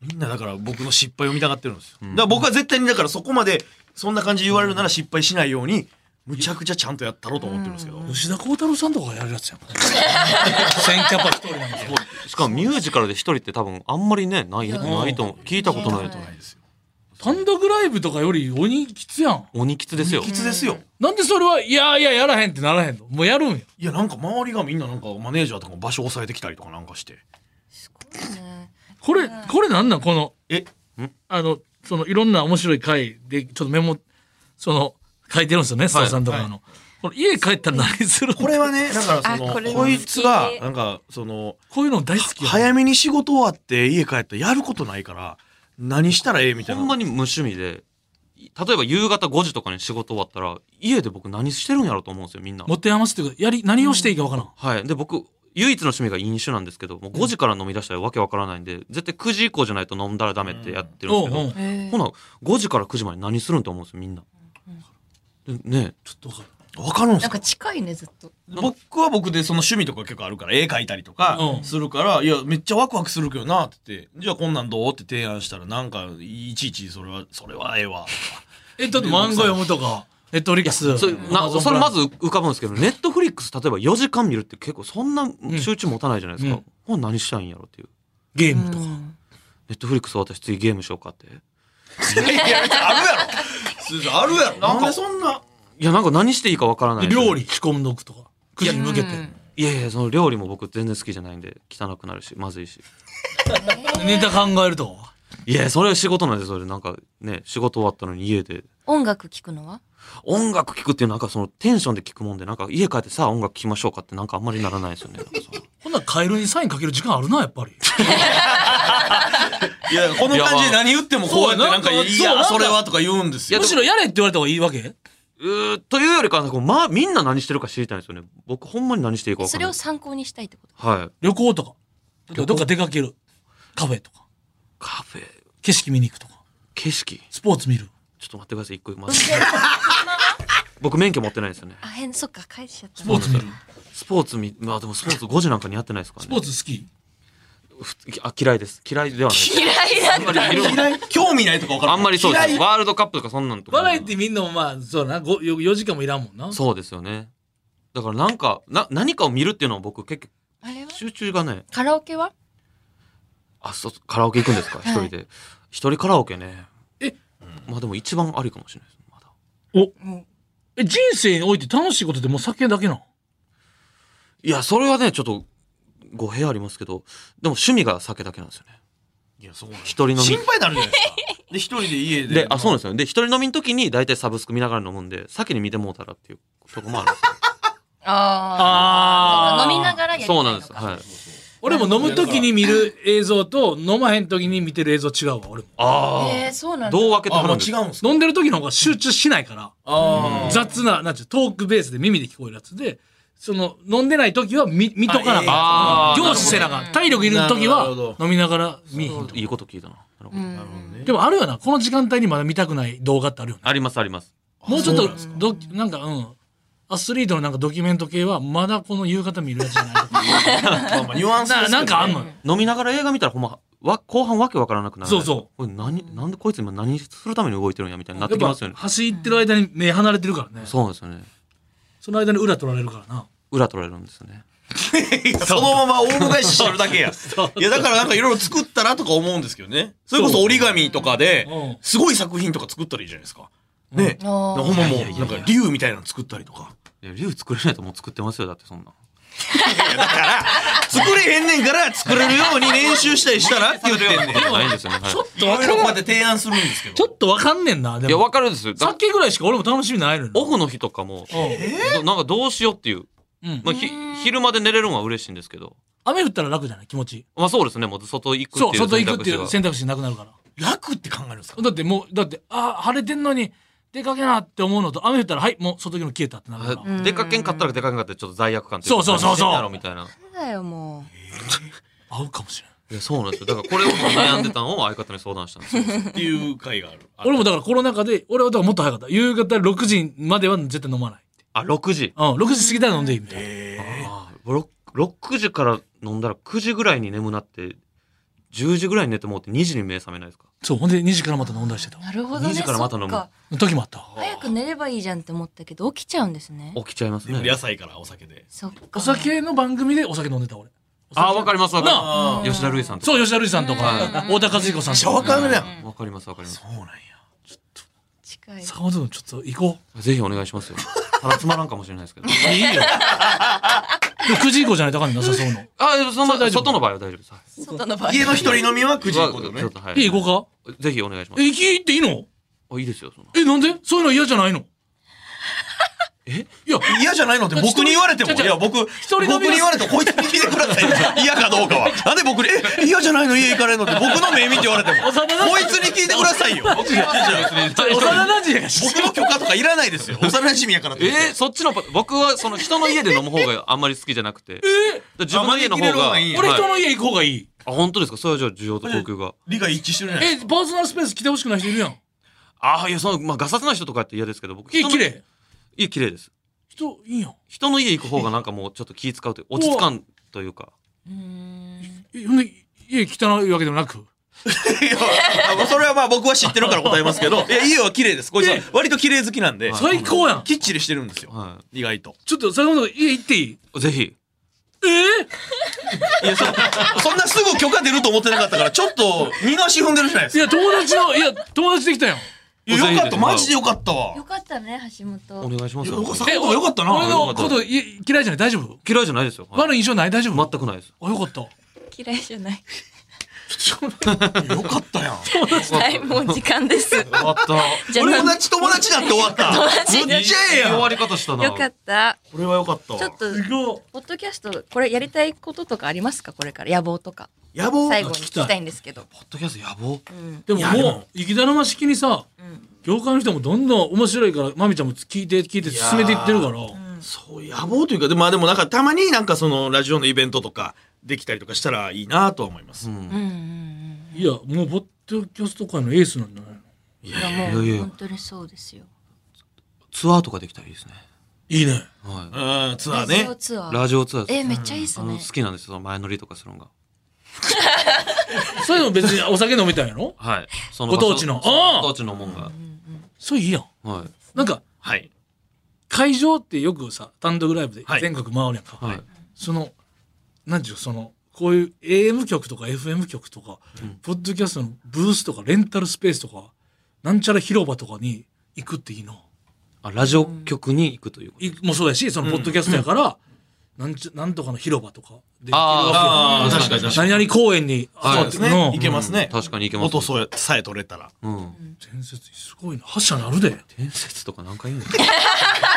[SPEAKER 3] みんなだから僕の失敗を見たがってるんですよ、だから僕は絶対にだからそこまでそんな感じで言われるなら失敗しないようにむちゃくちゃちゃんとやったろうと思ってるんですけど、
[SPEAKER 1] 吉田鋼太郎さんとかがやるやつやん 千キャパ一人なんですよ
[SPEAKER 4] しかもミュージカルで一人って多分あんまりねないないと思う聞いたことないと思う
[SPEAKER 2] ない
[SPEAKER 3] ですよ
[SPEAKER 1] 単独ライブとかより鬼きつやん
[SPEAKER 4] 鬼吉ですよ
[SPEAKER 3] いつですよ
[SPEAKER 1] なんでそれはいやいややらへんってならへんのもうやるんや
[SPEAKER 3] いやなんか周りがみんななんかマネージャーとかも場所押さえてきたりとかなんかして
[SPEAKER 2] すごいね
[SPEAKER 1] これこれなんなんこの
[SPEAKER 3] え
[SPEAKER 1] あのそのいろんな面白い回でちょっとメモその書いてるんですよねスタッフさんとかの、
[SPEAKER 3] はいは
[SPEAKER 1] この家帰ったら何するの
[SPEAKER 3] これはねだからそ
[SPEAKER 2] あこ
[SPEAKER 3] の
[SPEAKER 2] れ
[SPEAKER 3] こいつが
[SPEAKER 2] 好き
[SPEAKER 3] なんかその
[SPEAKER 1] こういうの大好きや
[SPEAKER 3] 早めに仕事終わって家帰ったらやることないから何したらええみたい
[SPEAKER 4] ほ
[SPEAKER 3] なん
[SPEAKER 4] まに無趣味で例えば夕方5時とかに仕事終わったら家で僕何してるんやろと思うんですよみんな
[SPEAKER 1] 持って余すっていうかやり何をしていいかわからん、
[SPEAKER 4] はいで僕唯一の趣味が飲酒なんですけどもう5時から飲み出したらわけわからないんで絶対9時以降じゃないと飲んだらダメってやってるん
[SPEAKER 1] お
[SPEAKER 4] です
[SPEAKER 1] う
[SPEAKER 4] け
[SPEAKER 1] ん、
[SPEAKER 4] ど、
[SPEAKER 1] おう
[SPEAKER 2] へ
[SPEAKER 4] ほな5時から9時まで何するんと思うんですよみんな。でね
[SPEAKER 1] ちょっとわかる
[SPEAKER 3] わかるん
[SPEAKER 2] な
[SPEAKER 3] す
[SPEAKER 2] んか
[SPEAKER 3] か
[SPEAKER 2] 近いねずっと
[SPEAKER 3] 僕は僕でその趣味とか結構あるから絵描いたりとか
[SPEAKER 1] うん
[SPEAKER 3] するから、いやめっちゃワクワクするけどなって言ってじゃあこんなんどうって提案したらなんかいちいちそれはそれはええわ
[SPEAKER 1] えだって漫画読むとかネットフリックス
[SPEAKER 4] それな
[SPEAKER 1] Amazon
[SPEAKER 4] それま
[SPEAKER 1] プ
[SPEAKER 4] ず浮かぶんですけどネットフリックス例えば4時間見るって結構そんな集中持たないじゃないですか、
[SPEAKER 1] うん
[SPEAKER 4] ほんなら何したいんやろっていう
[SPEAKER 1] ライムゲームとか、
[SPEAKER 2] うん
[SPEAKER 4] ネットフリックス私次ゲームしようかってい
[SPEAKER 3] いやいやあるやろすず あるやろなんでそんな
[SPEAKER 4] やなんか何していいかわからない
[SPEAKER 1] で料理仕込んどくとか9時に向けて
[SPEAKER 2] うん
[SPEAKER 4] いやいやその料理も僕全然好きじゃないんで汚くなるしまずいし
[SPEAKER 1] ネタ考えるとかはい
[SPEAKER 4] やそれは仕事なんでそれなんかね仕事終わったのに家で
[SPEAKER 2] 音楽聞くのは
[SPEAKER 4] 音楽聴くっていうなんかそのテンションで聴くもんでなんか家帰ってさあ音楽聴きましょうかってなんかあんまりならないですよねなんかその
[SPEAKER 1] ほんならカエルにサインかける時間あるなやっぱり
[SPEAKER 3] いやこの感じで何言ってもこうやってなんか「
[SPEAKER 1] そうなんか
[SPEAKER 3] い
[SPEAKER 1] そうなん
[SPEAKER 3] や
[SPEAKER 1] か
[SPEAKER 3] それは」とか言うんですよ
[SPEAKER 1] むしろやれって言われた方がいいわけ
[SPEAKER 4] うーというよりかはなんかこうまあみんな何してるか知りたいんですよね僕ほんまに何していいか分か
[SPEAKER 2] そ
[SPEAKER 4] んな
[SPEAKER 2] れ
[SPEAKER 4] い
[SPEAKER 2] を参考にしたいってこと
[SPEAKER 4] はい
[SPEAKER 1] 旅行とか
[SPEAKER 4] 旅行
[SPEAKER 1] どっか出かけるカフェとか
[SPEAKER 4] カフェ
[SPEAKER 1] 景色見に行くとか
[SPEAKER 4] 景色
[SPEAKER 1] スポーツ見る
[SPEAKER 4] ちょっと待ってください一個待って僕免許持ってないですよね
[SPEAKER 2] あ変そっか返しちゃった
[SPEAKER 1] スポーツ見る
[SPEAKER 4] スポーツみまあでもスポーツ5時なんかにやってないですから
[SPEAKER 1] ス
[SPEAKER 4] ね
[SPEAKER 1] ポーツ好き
[SPEAKER 4] ふつあ嫌いです嫌いではないです
[SPEAKER 2] 嫌いだった
[SPEAKER 4] あんまり
[SPEAKER 3] 嫌い興味ないとか分から
[SPEAKER 4] あんまりそうです
[SPEAKER 3] 嫌い
[SPEAKER 4] ワールドカップとかそんなんとか
[SPEAKER 1] バラエティみんなもまあそうだなごよ4時間もいらんもんな
[SPEAKER 4] そうですよねだからなんかな何かを見るっていうのは僕結
[SPEAKER 2] あれは
[SPEAKER 4] 構集中がね
[SPEAKER 2] カラオケは
[SPEAKER 4] あそうカラオケ行くんですか一人で一人カラオケね
[SPEAKER 1] え
[SPEAKER 4] まあでも一番ありかもしれないですまだ
[SPEAKER 2] も
[SPEAKER 1] え人生において楽しいことってもう酒だけなの
[SPEAKER 4] いやそれはねちょっと語弊ありますけどでも趣味が酒だけなんですよね
[SPEAKER 3] いやそうなんです
[SPEAKER 4] 一人飲み
[SPEAKER 3] 心配になるじゃないですかで一人で家で
[SPEAKER 4] で、あ、そうなんですよ。で、一人飲みの時に大体サブスク見ながら飲むんで、先に見てもうたらっていうとこもあるんですよ
[SPEAKER 2] うあ
[SPEAKER 1] あ
[SPEAKER 2] あ
[SPEAKER 1] ー
[SPEAKER 2] 飲みながらや りたいの
[SPEAKER 4] そう
[SPEAKER 2] か
[SPEAKER 4] なんです。はい。
[SPEAKER 1] 俺も飲むときに見る映像と飲まへんときに見てる映像違うわ俺も
[SPEAKER 4] あ
[SPEAKER 2] へえそうな
[SPEAKER 4] あ。
[SPEAKER 2] んだ
[SPEAKER 4] どう分けて
[SPEAKER 3] あ
[SPEAKER 4] は
[SPEAKER 3] ま
[SPEAKER 4] る
[SPEAKER 3] あ
[SPEAKER 4] んです
[SPEAKER 3] 違
[SPEAKER 4] か
[SPEAKER 3] うんですか
[SPEAKER 1] 飲んでる時の方が集中しないから
[SPEAKER 3] あー
[SPEAKER 1] 雑ななんちゅうトークベースで耳で聞こえるやつでその飲んでない時は見見とかな
[SPEAKER 4] あ
[SPEAKER 1] あ
[SPEAKER 4] ええ
[SPEAKER 1] かん凝視せなあかん体力いる時
[SPEAKER 3] なるほ
[SPEAKER 1] は
[SPEAKER 3] ど
[SPEAKER 1] 飲みながら見えへんと
[SPEAKER 4] いいこと聞いたな。なるほ
[SPEAKER 2] う
[SPEAKER 4] ど
[SPEAKER 2] ん
[SPEAKER 3] なるほどね
[SPEAKER 1] でもあるよなこの時間帯にまだ見たくない動画ってあるよね
[SPEAKER 4] ありますあります。
[SPEAKER 1] もうちょっ
[SPEAKER 3] そ
[SPEAKER 1] と
[SPEAKER 3] うなんですか
[SPEAKER 1] どなんかうんアスリートのなんかドキュメント系はまだこの夕方見るやつじゃ ないとか
[SPEAKER 3] まあまあニュアンスです
[SPEAKER 1] な
[SPEAKER 3] けどね
[SPEAKER 1] なんかあんのよ
[SPEAKER 4] 飲みながら映画見たらほんま、わ後半わけわからなくなる。。
[SPEAKER 1] そうそう
[SPEAKER 4] これ何、なんでこいつ今何するために動いてるんやみたいになってき
[SPEAKER 1] や
[SPEAKER 4] ま
[SPEAKER 1] っ
[SPEAKER 4] すよ
[SPEAKER 1] ぱ
[SPEAKER 4] ね。
[SPEAKER 1] 走ってる間に目離れてるからね
[SPEAKER 4] そうなんですよね。
[SPEAKER 1] その間に裏取られるからな
[SPEAKER 4] 裏取られるんですよね。
[SPEAKER 3] いやそのまま大迎えししてるだけや。いや、だからなんかいろいろ作ったらとか思うんですけどね。それこそ折り紙とかで
[SPEAKER 1] うん、
[SPEAKER 3] すごい作品とか作ったらいいじゃないですか。ね。
[SPEAKER 2] うんあー
[SPEAKER 3] ほんまもう、なんか竜みたいなの作ったりとか。
[SPEAKER 4] いや、竜作れないともう作ってますよ、だってそんな。
[SPEAKER 3] 作れへんねんから作れるように練習したりしたらって言ってんねん。い
[SPEAKER 4] ことないん ですよね。はい
[SPEAKER 1] ちょっとわ
[SPEAKER 3] ろいろこう
[SPEAKER 1] かん
[SPEAKER 3] やって提案するんですけど。
[SPEAKER 1] ちょっとわかんねんな。で
[SPEAKER 4] いや、
[SPEAKER 1] も、
[SPEAKER 4] わかるんですよ。だ
[SPEAKER 1] さっきぐらいしか俺も楽しみないのに。
[SPEAKER 4] オフの日とかも、どなんかどうしようっていう。
[SPEAKER 1] うん
[SPEAKER 4] まあ、ひ昼まで寝れるのは嬉しいんですけど。
[SPEAKER 1] 雨降ったら楽じゃない気持ち。
[SPEAKER 4] まあそうですね、もう外行くってい
[SPEAKER 1] そうう、外行くってい
[SPEAKER 4] 選
[SPEAKER 1] う
[SPEAKER 4] 択肢が
[SPEAKER 1] 選択肢なくなるから。
[SPEAKER 3] 楽って考えるんですか
[SPEAKER 1] だってもう、だって、ああ、晴れてんのに、出かけなって思うのと、雨降ったら、はい、もう外行くの消えたってなるか
[SPEAKER 2] う
[SPEAKER 1] ら。
[SPEAKER 2] ん
[SPEAKER 4] 出かけんかったら出かけんかったらちょっと罪悪感っていか
[SPEAKER 1] そうそうそうそう
[SPEAKER 4] 何してんやろみたいな。
[SPEAKER 2] だよ、も
[SPEAKER 1] 合うかもしれない。
[SPEAKER 4] いや、そうなんですよ。だからこれを悩んでたのを相方に相談したんですよ。
[SPEAKER 3] っていう回がある。
[SPEAKER 1] 俺もだからコロナ禍で、俺はだからもっと早かった。夕方6時までは絶対飲まない。
[SPEAKER 4] あ、6時。
[SPEAKER 1] うん、6時過ぎたら飲んでいいみたいな。
[SPEAKER 4] あーろ 6, 時から飲んだら9時ぐらいに眠なって、10時ぐらいに寝てもうって2時に目覚めないですか
[SPEAKER 1] そう、ほんで2時からまた飲んだりしてた
[SPEAKER 2] う。。なるほどね。
[SPEAKER 4] 2時からまた飲む
[SPEAKER 2] そっか
[SPEAKER 1] 時もあった。
[SPEAKER 2] 早く寝ればいいじゃんって思ったけど、起きちゃうんですね。
[SPEAKER 4] 起きちゃいますね。
[SPEAKER 3] 野菜からお酒で。
[SPEAKER 2] そっか。
[SPEAKER 1] お酒の番組でお酒飲んでた俺。
[SPEAKER 4] あー、わかりますわ
[SPEAKER 1] な
[SPEAKER 4] かります。吉田類さんとか。
[SPEAKER 1] そう、吉田類さんと
[SPEAKER 4] は
[SPEAKER 1] か
[SPEAKER 4] い、
[SPEAKER 1] 太田和彦さんと
[SPEAKER 3] わ
[SPEAKER 1] か。
[SPEAKER 3] かるやん。
[SPEAKER 4] わかりますわかります。
[SPEAKER 3] そうなんや。
[SPEAKER 2] 近い。
[SPEAKER 1] 坂本君ちょっと行こ
[SPEAKER 4] ぜひお願いしますよ。ただつまらんかもしれないですけど。
[SPEAKER 1] う。いいよ。でも9時以降じゃないとあかんねんなさそうの。
[SPEAKER 4] あ、でもその
[SPEAKER 1] それ大丈夫
[SPEAKER 4] 外の場合は大丈夫です。はい
[SPEAKER 2] 外の場合。
[SPEAKER 3] 家の一人飲みは9時以降だ
[SPEAKER 4] ちょ
[SPEAKER 3] ね
[SPEAKER 4] っ。とはい
[SPEAKER 1] いい行こ
[SPEAKER 4] ぜひお願いしま
[SPEAKER 1] うか。
[SPEAKER 4] す。
[SPEAKER 1] え、行き行っていいの
[SPEAKER 4] あ、いいですよ、その。
[SPEAKER 1] え、なんでそういうの嫌じゃないのえ いや、
[SPEAKER 3] 嫌じゃないのって僕に言われても、
[SPEAKER 1] ちょちょ
[SPEAKER 3] いや、僕、僕
[SPEAKER 1] 人飲みは
[SPEAKER 3] に言われても、こいつに聞いてください。嫌かどうかは。なんで僕に、え、嫌じゃないの家行かれるのって、僕の目見て言われても、
[SPEAKER 1] 幼な
[SPEAKER 3] こいつに聞いてくだ さいよ。僕
[SPEAKER 1] 幼なじみやし。
[SPEAKER 3] の許可とかいらないですよ。幼馴染やからって。
[SPEAKER 4] えー、そっちのパ僕はその人の家で飲む方があんまり好きじゃなくて。だから自分の家の方
[SPEAKER 3] あ
[SPEAKER 4] が。
[SPEAKER 3] 招き入れる方がいい
[SPEAKER 1] 俺人
[SPEAKER 4] はい
[SPEAKER 1] の家行く方がいい。
[SPEAKER 4] あ、本当ですかそれはじゃあ需要と供給が。
[SPEAKER 3] 理が一致してるじゃない
[SPEAKER 1] え、
[SPEAKER 3] ですか。
[SPEAKER 1] パーソナルスペース来てほしくない人いるやん。
[SPEAKER 4] ああ、いや、その、まあ、ガサツな人とかやって嫌ですけど、僕、
[SPEAKER 1] 家
[SPEAKER 4] 人の
[SPEAKER 1] 綺。麗。
[SPEAKER 4] 家綺麗です。
[SPEAKER 1] 人いいやん。
[SPEAKER 4] 人の家行く方がなんかもうちょっと気使うという、落ち着かんというか。
[SPEAKER 2] うーん。
[SPEAKER 1] えほんで、家汚いわけでもなく。
[SPEAKER 3] いやあまあそれはまあ僕は知ってるから答えますけ ど、いや、家は綺麗です。こいつは
[SPEAKER 1] え
[SPEAKER 3] 割と綺麗好きなんで、
[SPEAKER 4] はい
[SPEAKER 1] 最高やん。
[SPEAKER 3] きっちりしてるんですよ。
[SPEAKER 4] は
[SPEAKER 3] 意外と。
[SPEAKER 1] ちょっと坂本君家行っていい
[SPEAKER 4] い。ぜひ。
[SPEAKER 1] えー
[SPEAKER 3] いや、そそんなすぐ許可出ると思ってなかったから、ちょっと、二の足踏んでるじゃないです
[SPEAKER 1] い
[SPEAKER 3] か。
[SPEAKER 1] や、友達の、いや、友達できたよ。
[SPEAKER 3] いやよかった、マジでよかったわ。
[SPEAKER 2] よかったね、橋
[SPEAKER 4] お
[SPEAKER 2] 本。
[SPEAKER 4] 願いしますよ
[SPEAKER 3] いやお子さん坂本君よかったな
[SPEAKER 1] 俺の
[SPEAKER 4] よか
[SPEAKER 1] こ
[SPEAKER 4] った
[SPEAKER 1] とい嫌いじゃない大丈夫
[SPEAKER 4] 嫌いじゃないですよ。はい
[SPEAKER 1] 悪い印象ない大丈夫
[SPEAKER 4] 全くないです。
[SPEAKER 1] あ、よかった。
[SPEAKER 2] 嫌いじゃない。
[SPEAKER 3] よかったやん。
[SPEAKER 2] はい、もう時間です。よ
[SPEAKER 4] 終わった。
[SPEAKER 2] じゃあ
[SPEAKER 3] 俺友達友達だって終わった。
[SPEAKER 2] 達
[SPEAKER 3] めっちゃええや
[SPEAKER 4] 終
[SPEAKER 3] ん。
[SPEAKER 4] わり方したな。
[SPEAKER 2] かった。
[SPEAKER 3] これはよかった
[SPEAKER 2] ちょっと、
[SPEAKER 1] ご
[SPEAKER 2] ポッドキャスト、これやりたいこととかありますかこれから。野望とか。
[SPEAKER 3] 野望
[SPEAKER 2] 最後に
[SPEAKER 1] 聞
[SPEAKER 2] 聞
[SPEAKER 1] き
[SPEAKER 2] き
[SPEAKER 1] たい
[SPEAKER 2] たいんですけど。
[SPEAKER 4] ポッドキャストやぼう。
[SPEAKER 2] うん。
[SPEAKER 1] でも
[SPEAKER 3] いや
[SPEAKER 1] も
[SPEAKER 3] でも
[SPEAKER 1] う、生きだるま式にさ、業界の人もどんどん面白いから、まみちゃんも聞いて聞いて進めていってるから。
[SPEAKER 3] そう野望というかでもまあでもなんかたまになんかそのラジオのイベントとかできたりとかしたらいいなとは思います。
[SPEAKER 2] うんうんうん。
[SPEAKER 1] いや、もう、ポッドキャスト界のエースなんじゃないの
[SPEAKER 2] いや、も
[SPEAKER 4] いや
[SPEAKER 2] う、
[SPEAKER 4] いや
[SPEAKER 2] 本当にそうですよ。
[SPEAKER 4] ツアーとかできたらいいですね。
[SPEAKER 1] いいね。
[SPEAKER 4] は
[SPEAKER 3] うんツアー
[SPEAKER 2] ラ
[SPEAKER 3] ね
[SPEAKER 2] ジオ。ツア
[SPEAKER 4] い。
[SPEAKER 2] ー。
[SPEAKER 4] ラジオツアーです。
[SPEAKER 2] え、めっちゃいいっす
[SPEAKER 4] あの
[SPEAKER 2] ね
[SPEAKER 4] 好。きなんですよ、その前乗りとかするのが。
[SPEAKER 1] そういうの別にお酒飲みたいやろ
[SPEAKER 4] はい。そ
[SPEAKER 1] ご当地の
[SPEAKER 4] 場所
[SPEAKER 1] ああ
[SPEAKER 4] ご当地のもんが。
[SPEAKER 1] それいいやん。
[SPEAKER 4] はい。
[SPEAKER 1] なんか、
[SPEAKER 3] はい。
[SPEAKER 1] 会場ってよくさ、単独ライブで
[SPEAKER 3] はい
[SPEAKER 1] 全国回るやんか。
[SPEAKER 4] はい。
[SPEAKER 1] その、なんていうのその、こういう AM 局とか FM 局とか、ポッドキャストのブースとかレンタルスペースとか、なんちゃら広場とかに行くっていいの。
[SPEAKER 4] あ、ラジオ局に行くということ。
[SPEAKER 1] いもうそうやし、そのポッドキャストやから、なんちゃ、なんとかの広場とかで行ける
[SPEAKER 4] あ
[SPEAKER 1] わ
[SPEAKER 3] ああ
[SPEAKER 1] けよ
[SPEAKER 3] 確かに確か
[SPEAKER 1] 何々公園に集ま
[SPEAKER 3] そ
[SPEAKER 1] っ
[SPEAKER 3] うで
[SPEAKER 1] て
[SPEAKER 3] す
[SPEAKER 1] るの
[SPEAKER 3] ね。い。けますね。
[SPEAKER 4] 確かに行けます。
[SPEAKER 3] 音そうやさえ取れたら。
[SPEAKER 4] うん。
[SPEAKER 1] 伝説すごいな。覇者なるで。
[SPEAKER 4] 伝説とか何回言うの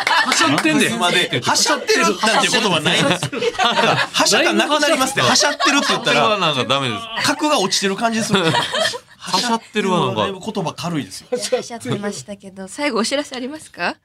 [SPEAKER 1] 覇者ってんで。
[SPEAKER 3] まで、はしゃってるなんていう言葉ないんですよ。はしゃがなくなりますって、はしゃってるって言っ
[SPEAKER 4] そ
[SPEAKER 3] た
[SPEAKER 4] れは
[SPEAKER 3] ら、
[SPEAKER 4] なんかダメです。
[SPEAKER 3] 格が落ちてる感じするんですよ。
[SPEAKER 4] はしゃってるわ、
[SPEAKER 3] だ
[SPEAKER 4] ないん
[SPEAKER 3] ぶ
[SPEAKER 4] か。
[SPEAKER 3] 言葉軽いですよ。
[SPEAKER 2] いらっしゃってましたけど、最後お知らせありますか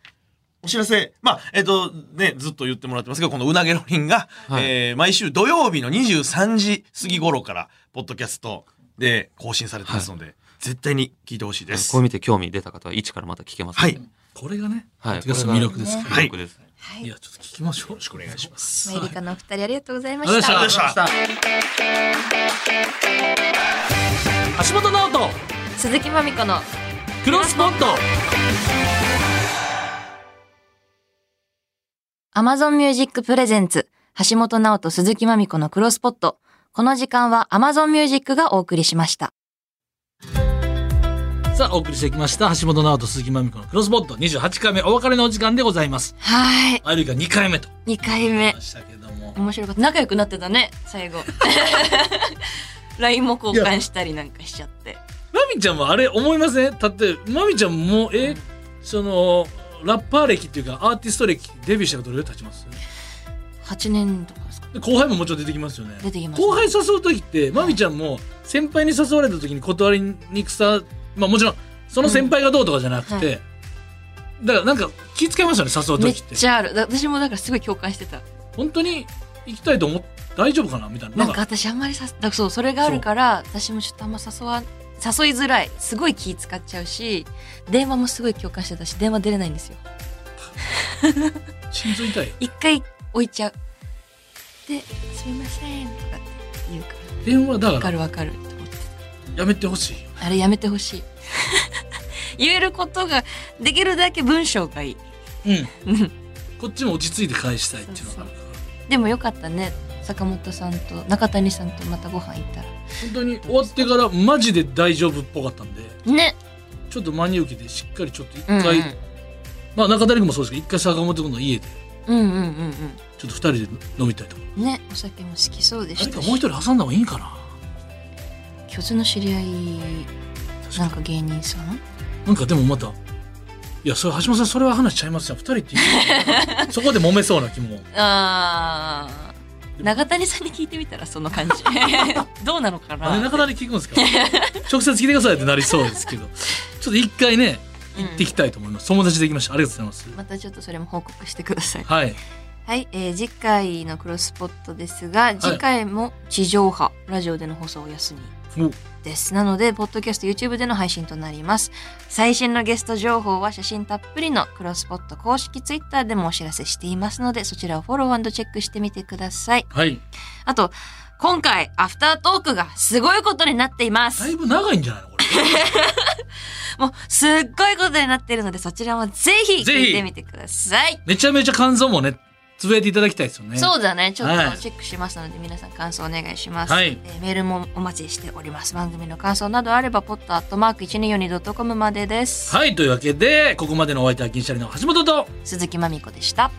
[SPEAKER 3] お知らせ、まあ、えっ、と、ね、ずっと言ってもらってますけど、このうなげろりんが、
[SPEAKER 4] はい
[SPEAKER 3] えー毎週土曜日の23時過ぎ頃から、ポッドキャストで更新されてますので、絶対に聞いてほしいです。
[SPEAKER 4] こう見て興味出た方は一からまた聞けます
[SPEAKER 3] は
[SPEAKER 4] ので。
[SPEAKER 3] い。
[SPEAKER 1] これがね、
[SPEAKER 4] はい。
[SPEAKER 1] ポッドキャストの魅力ですから。
[SPEAKER 3] はい
[SPEAKER 4] 魅力です。
[SPEAKER 2] はい
[SPEAKER 1] いや、ちょっと聞きましょう。よろしくお願いします。
[SPEAKER 2] マユリカのお二人ありがとうござい
[SPEAKER 1] ありがとうございま
[SPEAKER 2] ました。
[SPEAKER 1] した。橋本直人、
[SPEAKER 2] 鈴木まみこの
[SPEAKER 1] クロスポット。
[SPEAKER 2] Amazon Music Presents 橋本直人鈴木まみ子のクロスポット。この時間は Amazon Music がお送りしました。
[SPEAKER 1] さあ、お送りしてきました。橋本直人、鈴木まみこのクロスボット28回目、お別れのお時間でございます。
[SPEAKER 2] はい。
[SPEAKER 1] あゆりが2回目と。
[SPEAKER 2] 2回目
[SPEAKER 1] ま。したけども。
[SPEAKER 2] 面白かった。仲良くなってたね、最 後。LINE も交換したりなんかしちゃって。
[SPEAKER 1] まみちゃんもあれ思いませんだって、まみちゃんも、え、その、ラッパー歴っていうか、アーティスト歴、デビューしたらどれぐらい経ちます
[SPEAKER 2] 8年とかですか
[SPEAKER 1] で後輩ももちろん出てきますよね。
[SPEAKER 2] 出てきますね
[SPEAKER 1] 後輩誘う時って、まみちゃんも、先輩に誘われた時に断りにくさ、まあもちろん、その先輩がどうとかじゃなくて、
[SPEAKER 2] うんは
[SPEAKER 1] だからなんか気遣いますよね、誘う
[SPEAKER 2] めっ
[SPEAKER 1] 時って。
[SPEAKER 2] ちゃある。だ私もだからすごい共感してた。
[SPEAKER 1] 本当に行きたいと思っ大丈夫かなみたいな。
[SPEAKER 2] なんか私あんまりさだからそうそれがあるから私もちょっとあんま誘わ誘いづらいすごい気使っちゃうし電話もすごい共感してたし電話出れないんですよ
[SPEAKER 1] 心臓痛いよ
[SPEAKER 2] 一回置いちゃうで「すみません」とかって言うから
[SPEAKER 1] 電話だ
[SPEAKER 2] わ
[SPEAKER 1] か
[SPEAKER 2] からるわかると思って
[SPEAKER 1] やめてほしいよ
[SPEAKER 2] あれやめてほしい 言えることができるだけ文章がいい
[SPEAKER 1] うんこっちも落ち着いて返したいっていうのがあるから
[SPEAKER 2] でもよかったね坂本さんと中谷さんとまたご飯行ったら
[SPEAKER 1] 本当に終わってからマジで大丈夫っぽかったんで
[SPEAKER 2] ね
[SPEAKER 1] ちょっと真に受けてしっかりちょっと一
[SPEAKER 2] うんうん
[SPEAKER 1] 回、まあ中谷君もそうですけど一回坂本君の家で
[SPEAKER 2] うんうんうん
[SPEAKER 1] ちょっと二人で飲みたいと思う
[SPEAKER 2] うんねお酒も好きそうでし
[SPEAKER 1] 誰か
[SPEAKER 2] た
[SPEAKER 1] も
[SPEAKER 2] し
[SPEAKER 1] う一人挟んだ方がいいんかな
[SPEAKER 2] 共通の知り合いなんか芸人さん
[SPEAKER 1] なんかでもまたいやそれ橋本さんそれは話しちゃいますよ二人って言 うそこで揉めそうな気も
[SPEAKER 2] あー永谷さんに聞いてみたらその感 じどうなのか
[SPEAKER 1] あれ
[SPEAKER 2] な
[SPEAKER 1] 中谷聞くんですか直接聞いてくださいってなりそうです けどちょっと一回ね行ってきたいと思います、友達で行きましたありがとうございます
[SPEAKER 2] またちょっとそれも報告してください
[SPEAKER 1] はい
[SPEAKER 2] はい、えー次回のクロスポットですが次回も地上波ラジオでの放送お休み
[SPEAKER 1] お
[SPEAKER 2] ですなのでポッドキャスト YouTube での配信となります最新のゲスト情報は写真たっぷりのクロスポット公式 Twitter でもお知らせしていますのでそちらをフォローチェックしてみてください
[SPEAKER 1] はい
[SPEAKER 2] あと、今回、アフタートークがすごいことになっています。
[SPEAKER 1] だいぶ長いんじゃないのこれ
[SPEAKER 2] もう、すっごいことになっているので、そちらもぜひ
[SPEAKER 1] ぜひ
[SPEAKER 2] 聞いてみてください。
[SPEAKER 1] めちゃめちゃ感想もねつぶやいていただきたいですよね
[SPEAKER 2] そうだね。ちょっ
[SPEAKER 1] はい
[SPEAKER 2] とチェックしますので、皆さん感想お願いします。
[SPEAKER 1] はい
[SPEAKER 2] えーメールもお待ちしております。番組の感想などあれば、ポットアットマーク 1242.com までです。
[SPEAKER 1] はいというわけでここまでのお相手は銀シャリの橋本と
[SPEAKER 2] 鈴木まみこでした。